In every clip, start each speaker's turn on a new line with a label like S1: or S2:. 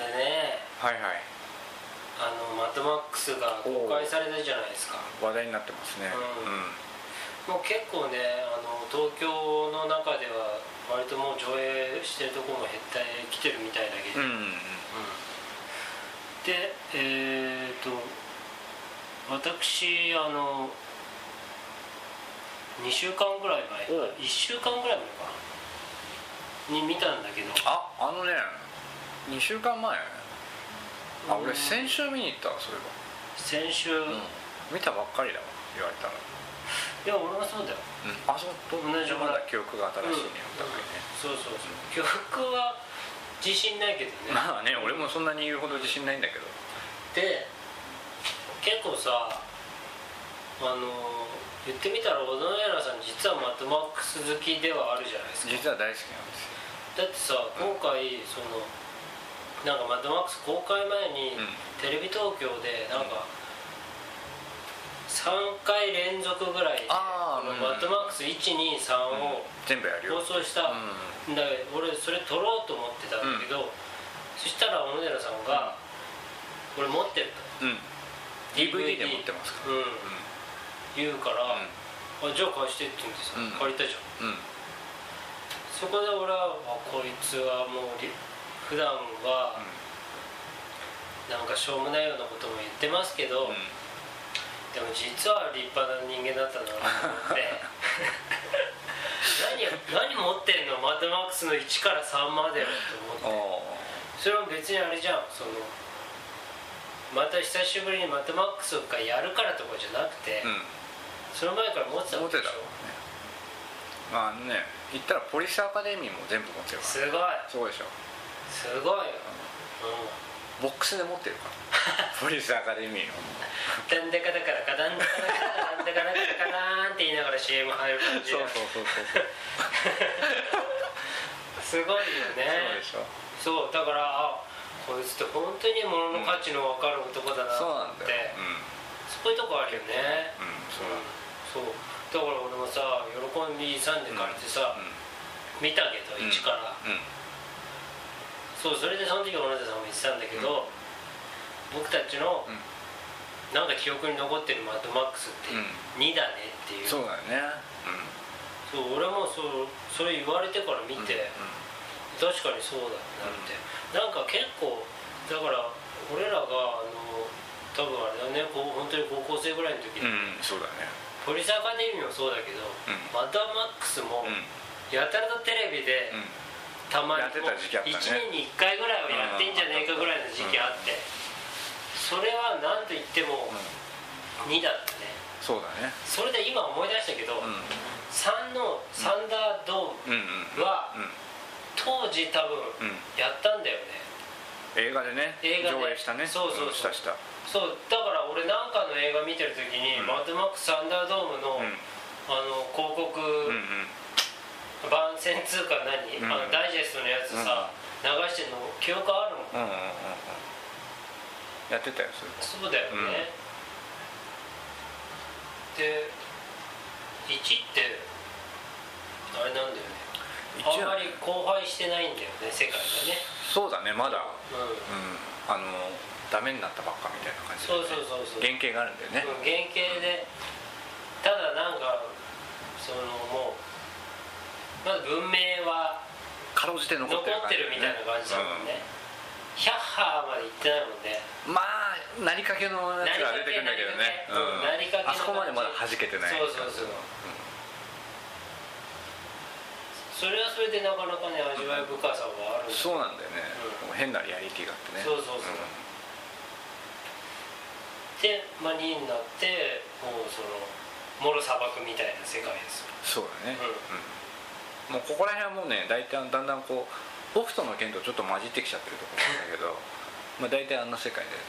S1: はいはい
S2: あのマッドマックスが公開されたじゃないですか
S1: 話題になってますね
S2: うんもう結構ねあの東京の中では割ともう上映してるところも減ってきてるみたいだけ
S1: う
S2: ど、
S1: ん、うんうん、
S2: でえー、と私あの2週間ぐらい前
S1: おう
S2: 1週間ぐらい前かなに見たんだけど
S1: ああのね2週間前あ
S2: う
S1: 俺
S2: ん
S1: 先週見に行ったわそういえ
S2: 先週、
S1: ば、見たばっかりだわ言われたら、
S2: いや俺もそうだよ
S1: うん、あそうと
S2: 同じ
S1: まだ記憶が新しいねお互いね、
S2: そうそうそう曲は自信ないけどね
S1: まあね俺もそんなに言うほど自信ないんだけど
S2: で結構さあの言ってみたら小野寺さん実はマッドマックス好きではあるじゃないですか
S1: 実は大好きなんですよ
S2: だってさ今回そのなんか「マッドマックス」公開前に
S1: うん
S2: テレビ東京でなんか3回連続ぐらいで「
S1: あ
S2: マ
S1: ーうん
S2: ッドマックス123」を
S1: 全部やるよ
S2: 放送した
S1: うん
S2: んだけど俺それ撮ろうと思ってたんだけどそしたら小野寺さんが「俺持ってる」
S1: うん、
S2: と
S1: DVD で持ってますから
S2: うん
S1: う
S2: 言うから
S1: ん
S2: 「あじゃあ貸して」って言ってさ
S1: うん
S2: 借りたじゃん
S1: うん、うん
S2: そこで俺はあこいつはもうり普段はなんかしょうもないようなことも言ってますけど、
S1: う
S2: でも実は立派な人間だったなと思って 何何持ってんのマッドマックスの1から3までよと
S1: ん、
S2: 思って
S1: お
S2: それも別にあれじゃんそのまた久しぶりにマッドマックスがやるからとかじゃなくて、
S1: う
S2: その前から持ってた
S1: ん、
S2: わ
S1: 持て
S2: け
S1: た
S2: でしょ
S1: ろねまああのね言ったらポリスアカデミーも全部持ってるか
S2: すごい
S1: らそうでしょ
S2: すごいよ、うん
S1: ボックスで持ってるから ポリスアカデミーを
S2: だんだかだからかだんだかだからだんだかだからかなーんって言いながら CM 入る感じ
S1: そうそうそうそう
S2: すごいよ
S1: そう
S2: ね
S1: でしょ
S2: そうだからあこいつって本当に物の価値の分かる男だな
S1: そ
S2: と
S1: う
S2: 思
S1: な
S2: っ
S1: ん
S2: て、
S1: だよ
S2: そういうとこあるよね
S1: うん、うん、そうなんだ
S2: そうだから俺もさ喜んで勇んで借りてさ、見たけど
S1: うん
S2: 一から、
S1: うん
S2: そうそれでその時小野田さんも言ってたんだけど、僕たちの、
S1: うん
S2: なんか記憶に残ってるマッドマックスって
S1: うん
S2: 2だねっていう,、
S1: そうだよね
S2: そう俺もそうそれ言われてから見
S1: うん
S2: て、確かにそうだなって、なんか結構だから俺らがあの多分あれだねこう本当に高校生ぐらいの時、
S1: うん、うん、そうだね
S2: ポリスアカデミーもそうだけど、
S1: ん
S2: マッドマックスもやたらとテレビで
S1: うん、うん
S2: たまに
S1: やってた時期あったね
S2: 1年に1回ぐらいはやってんじゃねえかぐらいの時期あって、それは何と言っても
S1: うん
S2: 2だったね
S1: そうだね
S2: それで今思い出したけど、
S1: うん
S2: 3のサンダードーム
S1: うんうん
S2: は
S1: うん
S2: 当時多分
S1: うん
S2: やったんだよね、
S1: 映画でね
S2: 映画で
S1: 上映したね
S2: そうそうそうん
S1: したした
S2: そうだから俺なんかの映画見てる時に、マッ
S1: うん
S2: ドマックス・サンダードームの,、
S1: うん
S2: あの広告、
S1: うんうん
S2: 番宣通貨何、
S1: ん
S2: あのダイジェストのやつさ、流してんの記憶あるもん
S1: うんうんうんうんやってたよそれ
S2: そうだよね、で1ってあれなんだよねあん
S1: 一応
S2: まり荒廃してないんだよね世界がね
S1: そうだねまだ
S2: うん
S1: うんあのダメになったばっかみたいな感じだ
S2: そう
S1: よね
S2: そうそうそう
S1: 原型があるんだよね
S2: うん原型でただなんかそのもうまず文明は
S1: かろうじて残
S2: 残
S1: ってる
S2: ってるみたいな感じだもんね、ヒャッハーまで行ってないもんね
S1: うんまあなりかけのやつが出てくるんだけどねうん
S2: なりかけなりかけの感じ
S1: あそこまでまだ弾けてな
S2: そ
S1: い
S2: うそうそうそれはそれでなかなかね味わい深さはあるんだ
S1: そうなんだよね
S2: うん
S1: もう変なリアリティがあってね
S2: そうそうそうで、まあ、2になってもうそのもろ砂漠みたいな世界ですよ
S1: そうだね
S2: うん
S1: うんもうここら辺はもうね大体だんだんこう北斗の剣とちょっと混じってきちゃってるところな んだけどまあ大体あんな世界だよね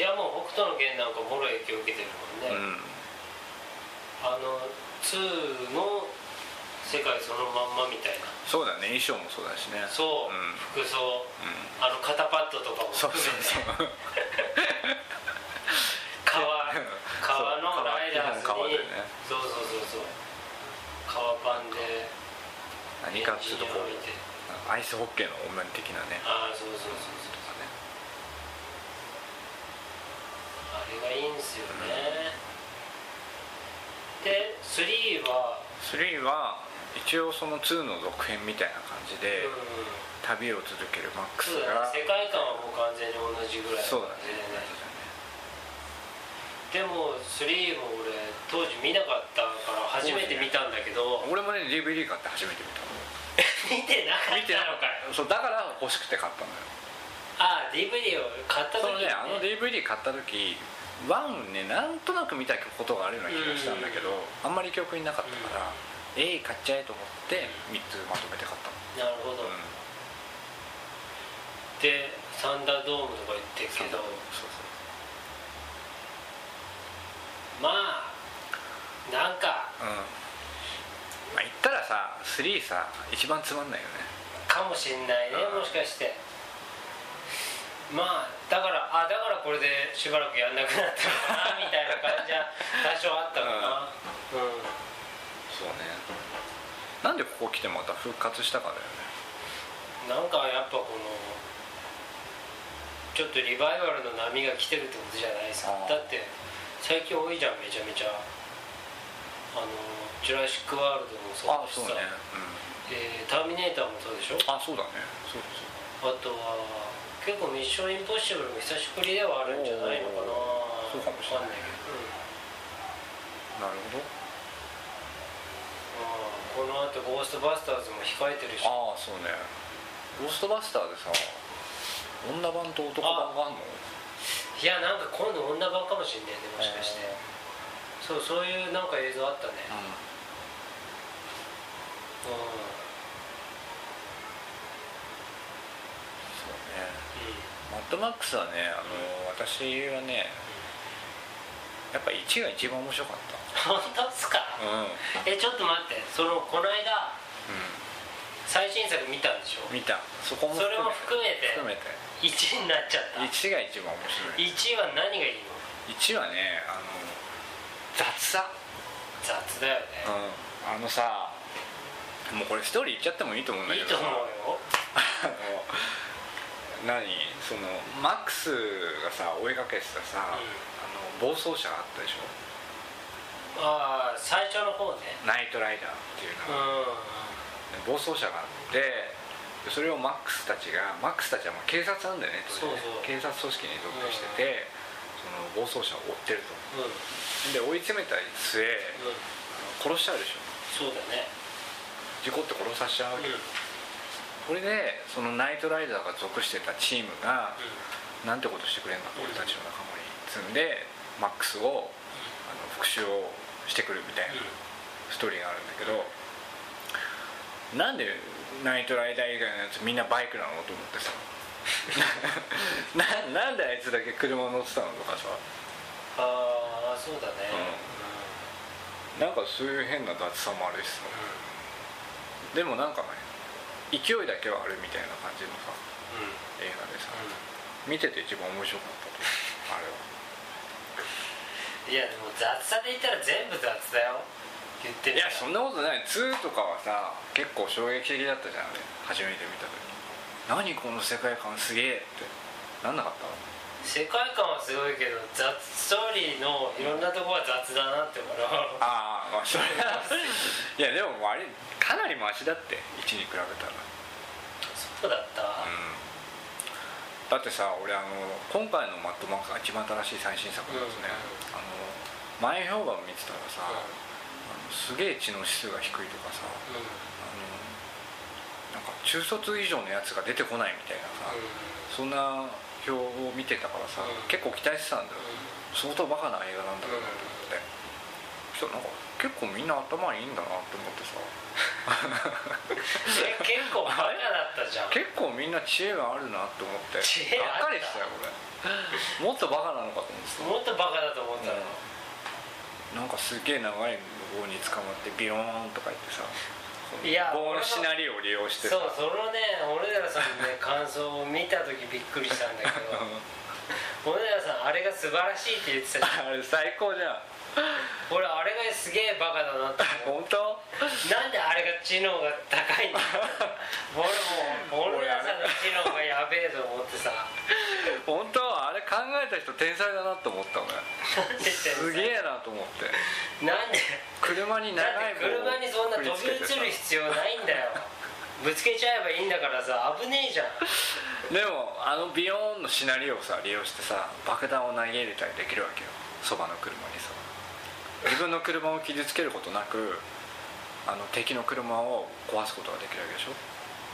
S2: いやもう北斗の拳なんかもろ影響受けてるもんね、
S1: うん
S2: あの2の世界そのまんまみたいな
S1: そうだね衣装もそうだしね
S2: そう、
S1: うん
S2: 服装
S1: うん
S2: あの肩パッドとかも
S1: そう
S2: 含
S1: そう
S2: めて
S1: そう
S2: 革
S1: そう
S2: 革のライダースに
S1: 革だよね
S2: そうそうそうそう革パンで
S1: 何かっていうとこ
S2: エンジニアを見て
S1: うアイスホッケーの女的なね
S2: ああそうそうそうそう
S1: とかね
S2: れがいいんですよね、で3は
S1: 3は一応その2の続編みたいな感じ
S2: うん
S1: で、旅を続けるマックス
S2: そうだ
S1: が
S2: ね世界観はもう完全に同じぐらい
S1: そう
S2: の
S1: だ
S2: 感
S1: ね
S2: じでねでも3も俺当時見なかったから初めて見たんだけど、
S1: 俺もね DVD 買って初めて
S2: 見
S1: 見た
S2: てなかったのかよ
S1: そうだから欲しくて買ったのよ
S2: ああ DVD を買った
S1: そ
S2: 時
S1: の
S2: に、
S1: ねあの DVD 買った時ワンねなんとなく見たことがあるような気がしたんだけど、あんまり記憶になかったから、ええ買っちゃえと思って3つまとめて買ったの、
S2: なるほど、
S1: うん
S2: でサンダードームとか言って
S1: そ
S2: る
S1: う
S2: けど
S1: そう
S2: まあなんか
S1: うんまあ言ったらさ3さ一番つまんないよね
S2: かもしんないね
S1: うん
S2: もしかしてまあだからあだからこれでしばらくやんなくなったのかなみたいな感じは多少あったのかなうん
S1: そうねなんでここ来てまた復活したかだよね
S2: なんかやっぱこのちょっとリバイバルの波が来てるってことじゃないですか
S1: あー
S2: だって最近多いじゃんめちゃめちゃあの「ジュラシック・ワールド」もそうだしさえーターミネーター」もそうでしょ
S1: うんあそうだねそうです
S2: あとは結構「ミッション・インポッシブル」も久しぶりではあるんじゃないのかな
S1: おーそうかもしれない
S2: わかんないけど、うん
S1: なるほど
S2: まあこのあと「ゴーストバスターズ」も控えてるし
S1: ああそうね「ゴーストバスター」でさ女版と男版があんの
S2: いやなんか今度女版かもしんないねもしかしてそうそういうなんか映像あったね
S1: うん
S2: うん
S1: そうねマッドマックスはねあの私はねやっぱ1が一番面白かっ
S2: 本当っすか
S1: たうん、うん、
S2: えちょっと待ってそのこの間最新作見たんでしょ
S1: 見たそこも
S2: それも含めて
S1: 含めて
S2: 1になっちゃった
S1: 1が一番面白い
S2: 1は何がいいの
S1: 1はねあの雑さ
S2: 雑だよね
S1: うん、あのさもうこれストーリー言っちゃってもいいと思うんだけ
S2: いい
S1: ど
S2: と
S1: さ
S2: 思うよ
S1: あの何そのマックスがさ追いかけてたさ、あの暴走車あったでしょ
S2: ああ最初の方ね
S1: ナイトライダーっていう
S2: うん
S1: のが、暴走車があってでそれをマックスたちがマックスたちはまあ警察なんだよね当時ね
S2: そうそう
S1: 警察組織に属してて、その暴走車を追ってると
S2: うんうん
S1: で追い詰めた末殺しちゃうでしょ
S2: そうだね
S1: 事故って殺させちゃ
S2: う
S1: うわ
S2: ん
S1: け、これでそのナイトライダーが属してたチームが、なんてことしてくれんだ俺たちの仲間に積んでマックスをあの復讐をしてくるみたいなストーリーがあるんだけどなんでナイトライダー以外のやつみんなバイクなのと思ってさ ななんであいつだけ車乗ってたのとかさ
S2: ああそうだね
S1: なんかそういう変な雑さもあるしさでもなんかね勢いだけはあるみたいな感じのさ
S2: うんうん
S1: 映画でさ見てて一番面白かったと思うあれは。
S2: いやでも雑さで言ったら全部雑だよ言って
S1: い
S2: みた
S1: や
S2: ら
S1: そんなことない2とかはさ結構衝撃的だったじゃんあれ初めて見た時何この世界観すげえってなんなかった
S2: 世界観はすごいけど雑ストーリーのいろんなとこは雑だなって思うな
S1: ああまあそれは いやでもあれかなりマシだって1に比べたらう
S2: そうだった、
S1: んだってさ俺あの今回の「マッドマックス」が一番新しい最新作なんですね、あの前評判見てたらさ、あのすげえ知能指数が低いとかさあ
S2: うん
S1: のなんか中卒以上のやつが出てこないみたいなさ、
S2: う
S1: そんな表を見てたからさ、
S2: うん
S1: 結構期待してたんだよ、相当バカな映画なんだろうなと思って、そしたらなんか結構みんな頭いいんだなって思ってさ
S2: え結構バカだったじゃん
S1: 結構みんな知恵があるなって思って
S2: 知恵あった
S1: がっかりしたよ俺 もっとバカなのかと思ってさ、
S2: もっとバカだと思ったの、
S1: なんかすげえ長い棒に捕まってビヨーンとか言ってさ
S2: いや
S1: 棒のシナリオを利用してさ
S2: そうそのね俺らさんのね感想を見た時びっくりしたんだけど俺らさんあれが素晴らしいって言ってたじゃん
S1: あれ最高じゃん
S2: 俺あれがすげえバカだなって思う
S1: 本当
S2: なんであれが知能が高いんだ俺もう俺らさんの知能がやべえと思ってさ
S1: 本当あれ完考えた人天才だなと思った俺
S2: なんで天才
S1: すげえなと思って
S2: なんで
S1: 車に長
S2: だっ
S1: い
S2: て
S1: 棒を
S2: 車にそんな飛び
S1: くりつけ
S2: 移る
S1: て
S2: 必要ないんだよぶつけちゃえばいいんだからさ危ねえじゃん
S1: さでもあのビヨーンのシナリオをさ利用してさ爆弾を投げ入れたりできるわけよそばの車にさ自分の車を傷つけることなくあの敵の車を壊すことができるわけでしょ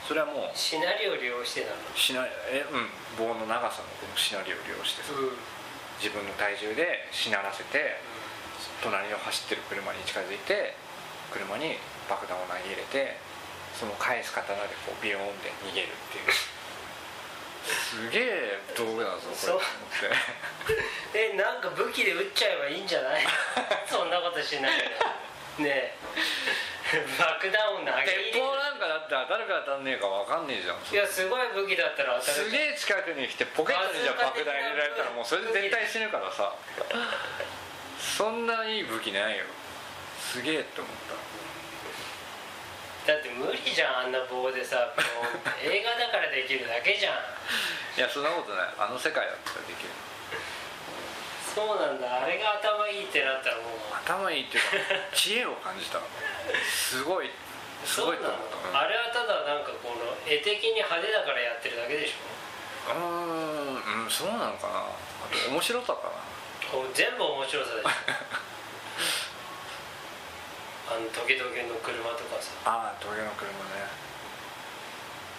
S1: それはもう
S2: シナリオ利用してなの
S1: シナえうん棒の長さのこのシナリオを利用してさ
S2: うん、
S1: 自分の体重でしならせて隣を走ってる車に近づいて車に爆弾を投げ入れてその返す刀でこうビヨーンで逃げるっていうすげえ道具だぞこれ
S2: そう
S1: と思って
S2: えなんか武器で撃っちゃえばいいんじゃ ないそんなことしないでねえ爆弾を投げ入れ
S1: 鉄
S2: る
S1: 砲なんかだって当たるか当たんねえか分かんねえじゃん
S2: いやすごい武器だったら当た
S1: す
S2: るじゃん
S1: げえ近くに来てポケットにじゃあ爆弾入れられたらもうそれで絶対死ぬからさそんないい武器ないよすげえって思った
S2: だって無理じゃんあんな棒でさこう映画だからできるだけじゃん
S1: いやそんなことないあの世界だったらできる
S2: そうなんだあれが頭いいってなったらもう
S1: 頭いいっていうか知恵を感じたすごいすごいと思
S2: そう
S1: った
S2: なのあれはただなんかこの絵的に派手だからやってるだけでしょ
S1: うんうんそうなのかなあと面白さかな
S2: こう全部面白さでしょあの時々の車とかさ
S1: ああトゲの車ね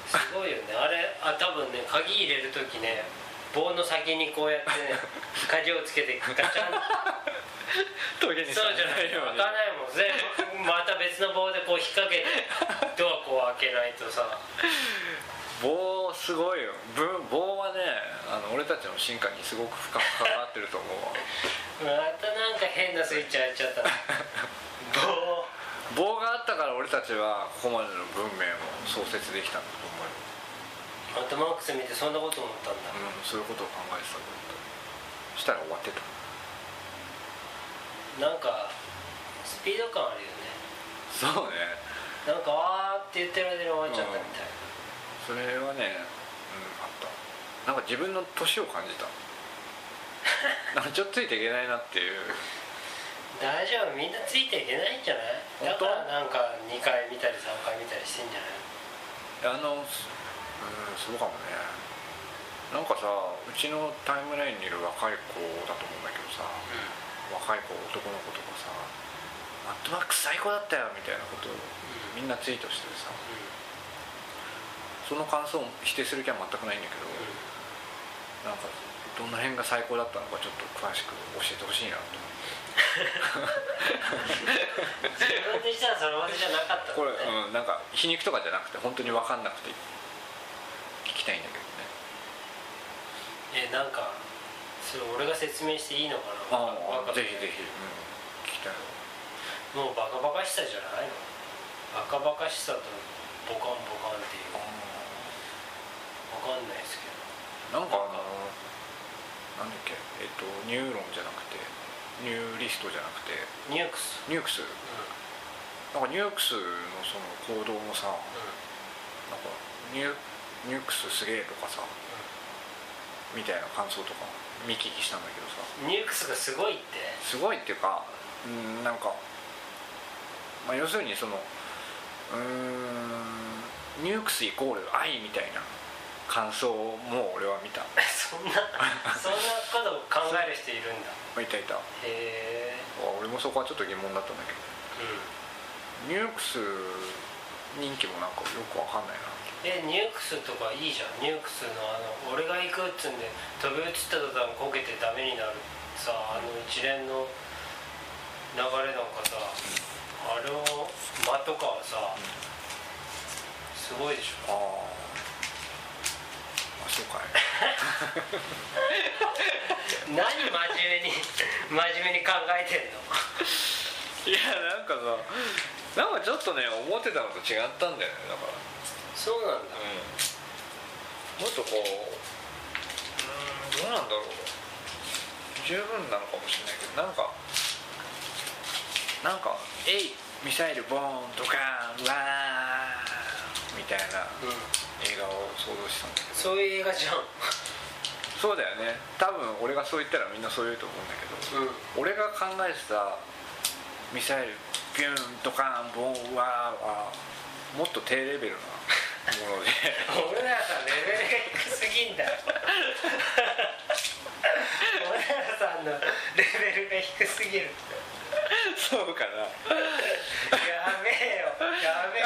S2: すごいよねあれあ多分ね鍵入れる時ね棒の先にこうやってね鍵をつけてガチャン
S1: トゲに
S2: そうじゃない
S1: よ
S2: よ
S1: う
S2: 開かないもん全部
S1: に
S2: また別の棒でこう引っ掛けてドアこう開けないとさ
S1: 棒すごいよぶ棒はねあの俺たちの進化にすごく深く関わってると思うわ
S2: またなんか変なスイッチ入っちゃったな棒
S1: 棒があったから俺たちはここまでの文明も創設できたんだと思うよ
S2: あとマックス見てそんなこと思ったんだ
S1: うんそういうことを考えてたんだとしたら終わってた
S2: なんかスピード感あるよね
S1: そうね
S2: なんかあーって言ってる間に終わっちゃったみたいな、
S1: それはねうんあったなんか自分の年を感じたなんかちょっとついていけないなっていう
S2: 大丈夫みんなついていけないんじゃないだ
S1: 本
S2: か
S1: 当
S2: らなんか2回見たり3回見たりしてんじゃない
S1: あのすうんそうかもねなんかさうちのタイムラインにいる若い子だと思うんだけどさ若い子男の子とかさ「マッドマックス最高だったよ」みたいなことをみんなツイートしてさその感想を否定する気は全くないんだけどなんかどの辺が最高だったのかちょっと詳しく教えてほしいなと思って。
S2: 自分でしたらそれまでじゃなかった
S1: こ
S2: ん
S1: れ、
S2: だね
S1: うん、なんか皮肉とかじゃなくて本当に分かんなくて聞きたいんだけど
S2: え
S1: ね
S2: なんかそれ俺が説明していいのかなわかんない
S1: ぜひぜひ、うん、聞きたいわ
S2: もうバカバカしさじゃないのバカバカしさとボカンボカンっていうわかんないですけど
S1: なんかあのなんだっけえっとニューロンじゃなくてニューリストじゃなくて
S2: ニュークス
S1: ニュークス
S2: う
S1: なんかニュークスのその行動もさな
S2: ん
S1: ん
S2: うん
S1: かニュニュークスすげえとかさみたいな感想とか見聞きしたんだけどさ
S2: ニュークスがすごいって
S1: すごいっていうかうんなんか、まあ、要するにそのうーんニュークスイコール愛みたいな感想をもう俺は見た
S2: そん なそんなことを考える人いるんだ
S1: いたいた
S2: へえ
S1: 俺もそこはちょっと疑問だったんだけ
S2: う
S1: どニュークス人気もなんかよくわかんないなん
S2: えニュークスとかいいじゃんニュークスのあの俺が行くっつうんで飛び移った途端こけてダメになるさあの一連の流れなんかさあれを間とかはさすごいでしょ
S1: あーあそうかい
S2: 何真面 目に真面目に考えてんの
S1: いやなんかさなんかちょっとね思ってたのと違ったんだよねだから
S2: そうなんだ
S1: もっとこううーんどうなんだろう十分なのかもしれないけどなんかなんか「えいミサイルボーンドカーンわーン」みたいな
S2: うん
S1: 映画を想像してたんだけど
S2: そういう映画じゃん
S1: そうだよね多分俺がそう言ったらみんなそう言うと思うんだけど
S2: うん
S1: 俺が考えてたミサイルビューンドカーンボンワーはもっと低レベルなもので
S2: 俺らさんレベルが低すぎんだよ俺らさんのレベルが低すぎる
S1: そうかな
S2: やべえよやべえ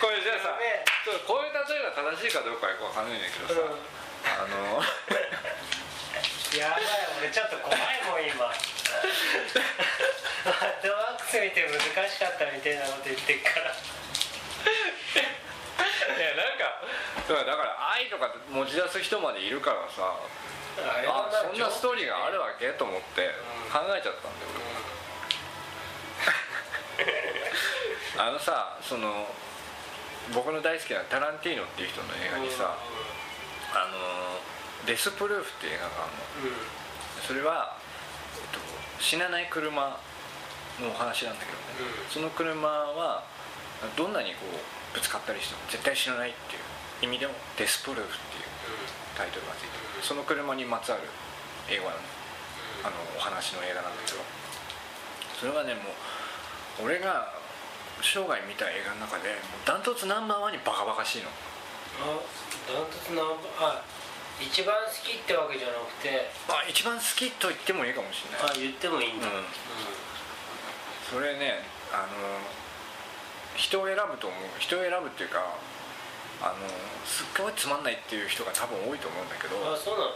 S1: これじゃあさ
S2: やべえ
S1: そうこういう例えが正しいかどうかよくわかんないんだけどさ、
S2: うん
S1: あの
S2: やばい俺ちょっと怖いもん今マッドマックス見 て難しかったみたいなこと言ってっから
S1: いやなんかそうだから愛とか持ち出す人までいるからさあそんなストーリーがあるわけと思って
S2: うん
S1: 考えちゃったんだよ
S2: うん
S1: 俺あのさその僕の大好きなタランティーノっていう人の映画にさ「あのデスプルーフ」っていう映画があるの
S2: うんうん
S1: それは、えっと、死なない車のお話なんだけどね、
S2: うん
S1: その車はどんなにこうぶつかったりしても絶対死なないっていう意味でも「デスプルーフ」っていうタイトルがついてるその車にまつわる映画なのあのお話の映画なんだけどそれはねもう俺が生涯見た映画の中でもうダントツナンバーワンにバカバカしいの
S2: あダントツナンバーあ一番好きってわけじゃなくて
S1: まあ一番好きと言ってもいいかもしれない
S2: あ言ってもいいんだ、
S1: うんそれねあの人を選ぶと思う人を選ぶっていうかあのすっごいつまんないっていう人が多分多いと思うんだけど、うん、あ
S2: あ
S1: の
S2: そうなの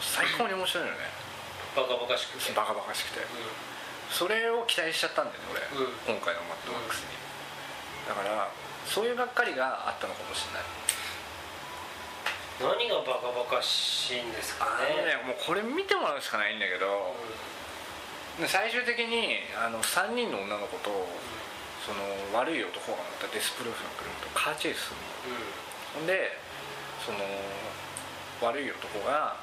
S1: 最高に面白いのね
S2: バカバカしくて
S1: バカバカしくて
S2: う
S1: それを期待しちゃったんだよね俺、
S2: う
S1: 今回の「マッドマックスに」だからそういうがっかりがあったのかもしれない
S2: ん何がバカバカしいんですか
S1: あの
S2: ね
S1: ねもうこれ見てもらうしかないんだけど、最終的にあの3人の女の子とその悪い男が乗ったデスプルーフの車とカーチェイスす
S2: うんうん
S1: るのほんでその悪い男が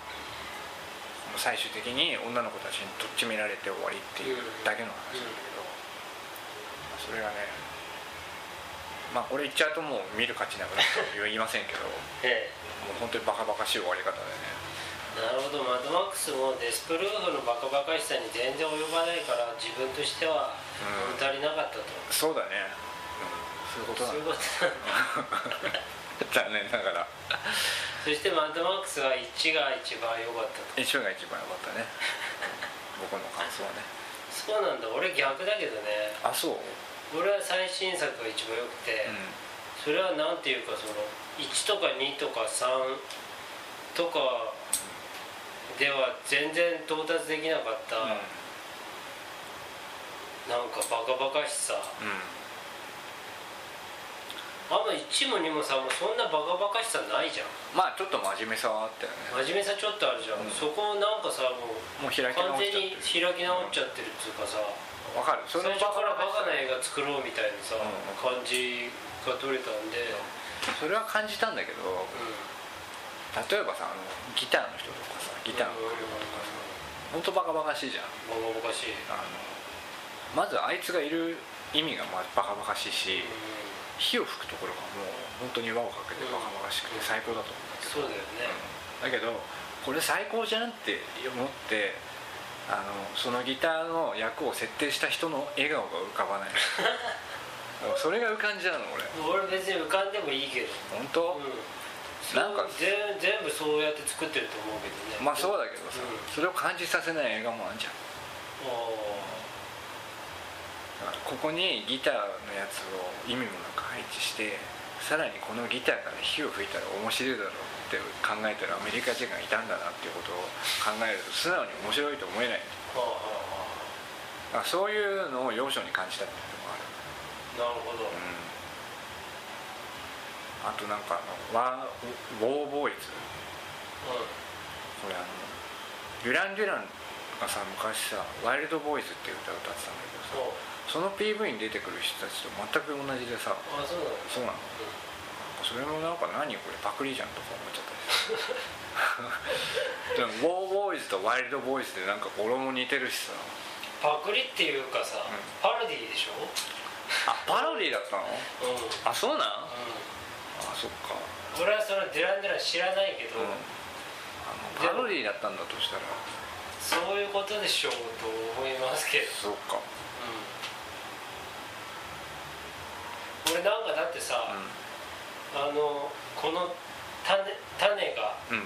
S1: 最終的に女の子たちにとっちめられて終わりっていうだけの話なんだけど、それがねまあこれ言っちゃうともう見る価値なくなっちゃう言いませんけど も
S2: ええ
S1: う本当にバカバカしい終わり方でね
S2: なるほどマッドマックスもデスプルーフのバカバカしさに全然及ばないから自分としては
S1: うん
S2: 物足りなかったと、
S1: そうだね、そういうことな
S2: そうい
S1: ん
S2: う
S1: だ
S2: ことなんだ
S1: 残念ながら
S2: そしてマッドマックスは1が一番良かったと
S1: 印象が一番良かったね僕の感想はね
S2: そうなんだ俺逆だけどね
S1: あそう、うん、
S2: 俺は最新作が一番良くて、それはなんていうかその1とか2とか3とかでは全然到達できなかった、なんかバカバカしさ
S1: うんうん
S2: あんま1も2も3もそんなバカバカしさないじゃん
S1: まあちょっと真面目さはあったよね
S2: 真面目さちょっとあるじゃん、
S1: うん
S2: そこをなんかさもう
S1: もう開き
S2: 完
S1: 直っ
S2: 全
S1: ちゃ
S2: に
S1: っ
S2: 開き直っちゃってるっていうかさ
S1: てわかるそ
S2: 最
S1: の
S2: 初からバカな映画作ろうみたいなさ、
S1: うん
S2: 感じが取れたんで、
S1: それは感じたんだけど
S2: う
S1: 例えばさあのギターの人とかさギターの
S2: うん
S1: 車とかさ本当バカバカしいじゃん
S2: バカバカしい、
S1: あのまずあいつがいる意味がまバカバカしいし
S2: うん
S1: 火を吹くところがもう本当に輪をかけてバカバカしくて最高だと思うんだ
S2: そうだよね、
S1: けどだけどこれ最高じゃんって思ってあのそのギターの役を設定した人の笑顔が浮か ばないそれが浮かんじゃうの俺
S2: 俺別に浮かんでもいいけど、
S1: 本当、
S2: うん、
S1: なんか
S2: そう全全部そうやって作ってると思うけどね
S1: まあそうだけどさ、
S2: うん
S1: それを感じさせない映画もあんじゃん
S2: あ
S1: だからここにギターのやつを意味もなく配置してさらにこのギターから火を吹いたら面白いだろうって考えたらアメリカ人がいたんだなっていうことを考えると素直に面白いと思えない
S2: ーはあは
S1: だからそういうのを要所に感じたっていうのもある
S2: あはあなるほど、
S1: あとなんかあのワーウォーボーイズ
S2: う
S1: これあのデュラン・デュランがさ昔さ「ワイルドボーイズ」っていう歌を歌ってたんだけ
S2: ん
S1: どさその PV に出てくる人たちと全く同じでさ
S2: ああそうなんです
S1: そうなのそれもなんか何これパクリじゃんとか思っちゃ ったりするでもウォーボーイズとワイルドボーイズでなんか語呂も似てるしさ
S2: パクリっていうかさ、
S1: ん
S2: パロディでしょ
S1: あパロディだったの
S2: うん、うん、
S1: あそうなんあそっか
S2: 俺はそのデュランデュラン知らないけど、
S1: うんあのパロディだったんだとしたら
S2: そういうことでしょうと思いますけど、
S1: そうか
S2: うん、俺なんかだってさ、
S1: う
S2: あのこの種種が
S1: んうんうん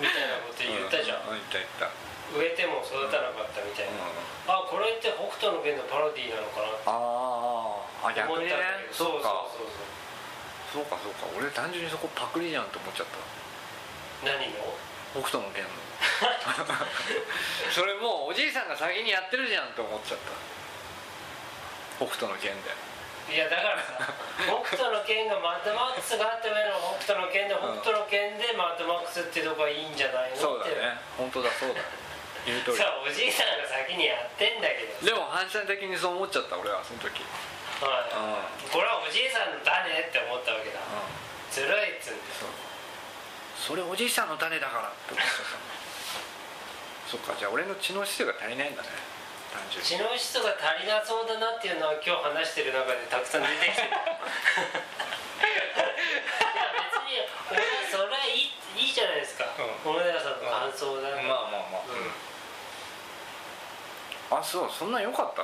S2: みたいなこと言ったじゃん、
S1: う言った言った
S2: 植えても育たなかったみたい
S1: うん
S2: な、あこれって北斗の拳のパロディーなのかなって
S1: あーあ
S2: 思ったん
S1: 逆に
S2: だ
S1: ね
S2: けどそう
S1: か
S2: そうそうそう
S1: そうかそうか俺単純にそこパクリじゃんと思っちゃった
S2: 何の
S1: 北斗の拳 のそれもうおじいさんが先にやってるじゃんと思っちゃった北斗の拳で
S2: いやだからさ北斗の拳がマッドマックスがあってもやるの北斗の拳で
S1: うん
S2: 北斗の拳でマッドマックスってとこはいいんじゃないの
S1: そうだ
S2: って
S1: ね本当だそうだ言う通 り
S2: さあおじいさんが先にやってんだけど
S1: でも反射的にそう思っちゃった俺はその時
S2: はい
S1: うん
S2: これはおじいさんの種って思ったわけだずるいっつうんだよ
S1: そうそれおじいさんの種だからって思っちゃったそっかじゃあ俺の知能指数が足りないんだね単純に
S2: 知能指数が足りなそうだなっていうのは今日話してる中でたくさん出てきてるいや別に俺はそれはいいいいじゃないですか、
S1: う
S2: 小野寺さんの感想だな、
S1: まあまあまあ
S2: うん
S1: あそうそんな良かった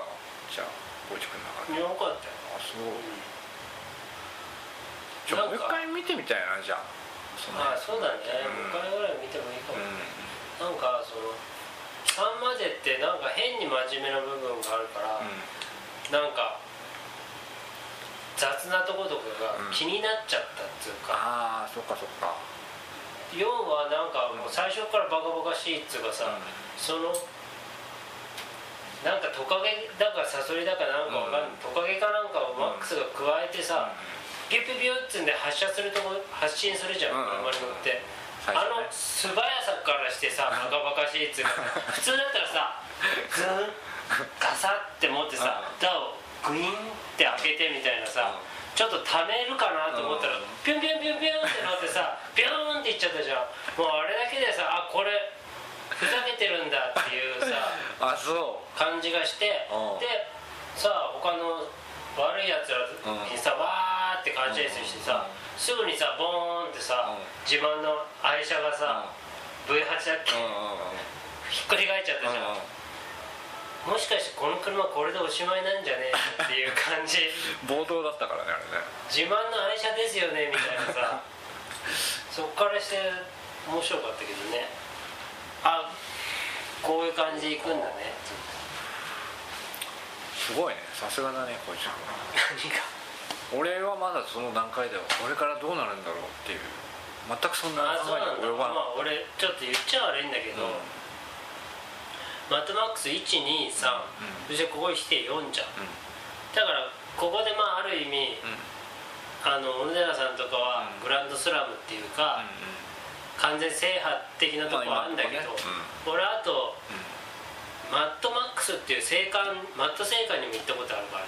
S1: じゃあ光一君の中で
S2: よかったよ
S1: あそうじゃあもう一回見てみたいなじゃあその
S2: あそうだね、
S1: うん
S2: 5回ぐらい見てもいいかも、
S1: うん
S2: なんかその3までってなんか変に真面目な部分があるから、
S1: うん
S2: なんか雑なとことかが
S1: うん
S2: 気になっちゃったっていうか、
S1: ああそっかそっか
S2: 要はなんかもう最初からバカバカしいっつうかさ、
S1: うん
S2: そのなんかトカゲだかサソリだかなんかわかんない、
S1: うん
S2: トカゲかなんかをマックスが加えてさ、ピュピュピュっつんで発射するとこ発信するじゃん
S1: うん
S2: 車に乗って、
S1: 最
S2: あ
S1: 初
S2: の
S1: ね
S2: 素早さからして さバカバカしいっつうか普通だったらさズーンガサって持ってさ
S1: うん
S2: ドアをグイーンって開けてみたいなさ、
S1: うん
S2: ちょっとためるかなと思ったら、
S1: うん
S2: ピュンピュンピュンピュンってなってさピューンっていっちゃったじゃんもうあれだけでさあこれふざけてるんだっていうさ
S1: あそう
S2: 感じがして
S1: うん
S2: でさあ他の悪いやつらにさ、わーって感じですしてさ、
S1: うん
S2: すぐにさボーンってさ、
S1: うん
S2: 自慢の愛車がさ、V8 だっけ、
S1: うんうんうん
S2: ひっくり返っちゃったじゃん、もしかしてこの車これでおしまいなんじゃねえっていう感じ
S1: うんうん暴動だったからねあれね
S2: 自慢の愛車ですよねみたいなさそっからして面白かったけどねあこういう感じでいくんだね
S1: すごいねさすがだね光一君は
S2: 何か
S1: 俺はまだその段階ではこれからどうなるんだろうっていう全くそんな
S2: あそ
S1: 考
S2: う
S1: え
S2: なんだ
S1: が及ばな
S2: まあ俺ちょっと言っちゃ悪いんだけ
S1: い
S2: ど、マットマックス123、そしてここに来て4じゃんだからここでまあある意味あの小野寺さんとかは
S1: うん
S2: グランドスラムっていうか、完全制覇的なとこはあるんだけど、俺あとマットマックスっていう聖館マット聖館にも行ったことあるか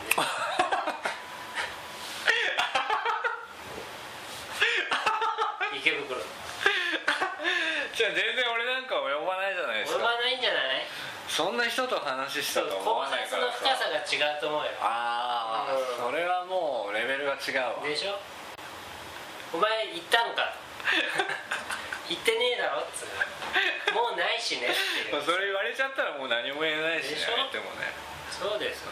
S2: らね 池袋
S1: じゃあ全然俺なんか及ばないじゃないです
S2: 及ば
S1: か
S2: ないんじゃない
S1: そんな人と話した
S2: そう
S1: と思
S2: 考
S1: わないか
S2: 察の
S1: ら
S2: 深
S1: さ
S2: さが違うと思うよ
S1: ああ
S2: う
S1: それはもうレベルが違うわ
S2: でしょお前行ったんか 行ってねえだろっつうのもう ないしねっていう
S1: まあそれ言われちゃったらもう何も言えないしね
S2: でしょ
S1: 相手もね
S2: そうです
S1: う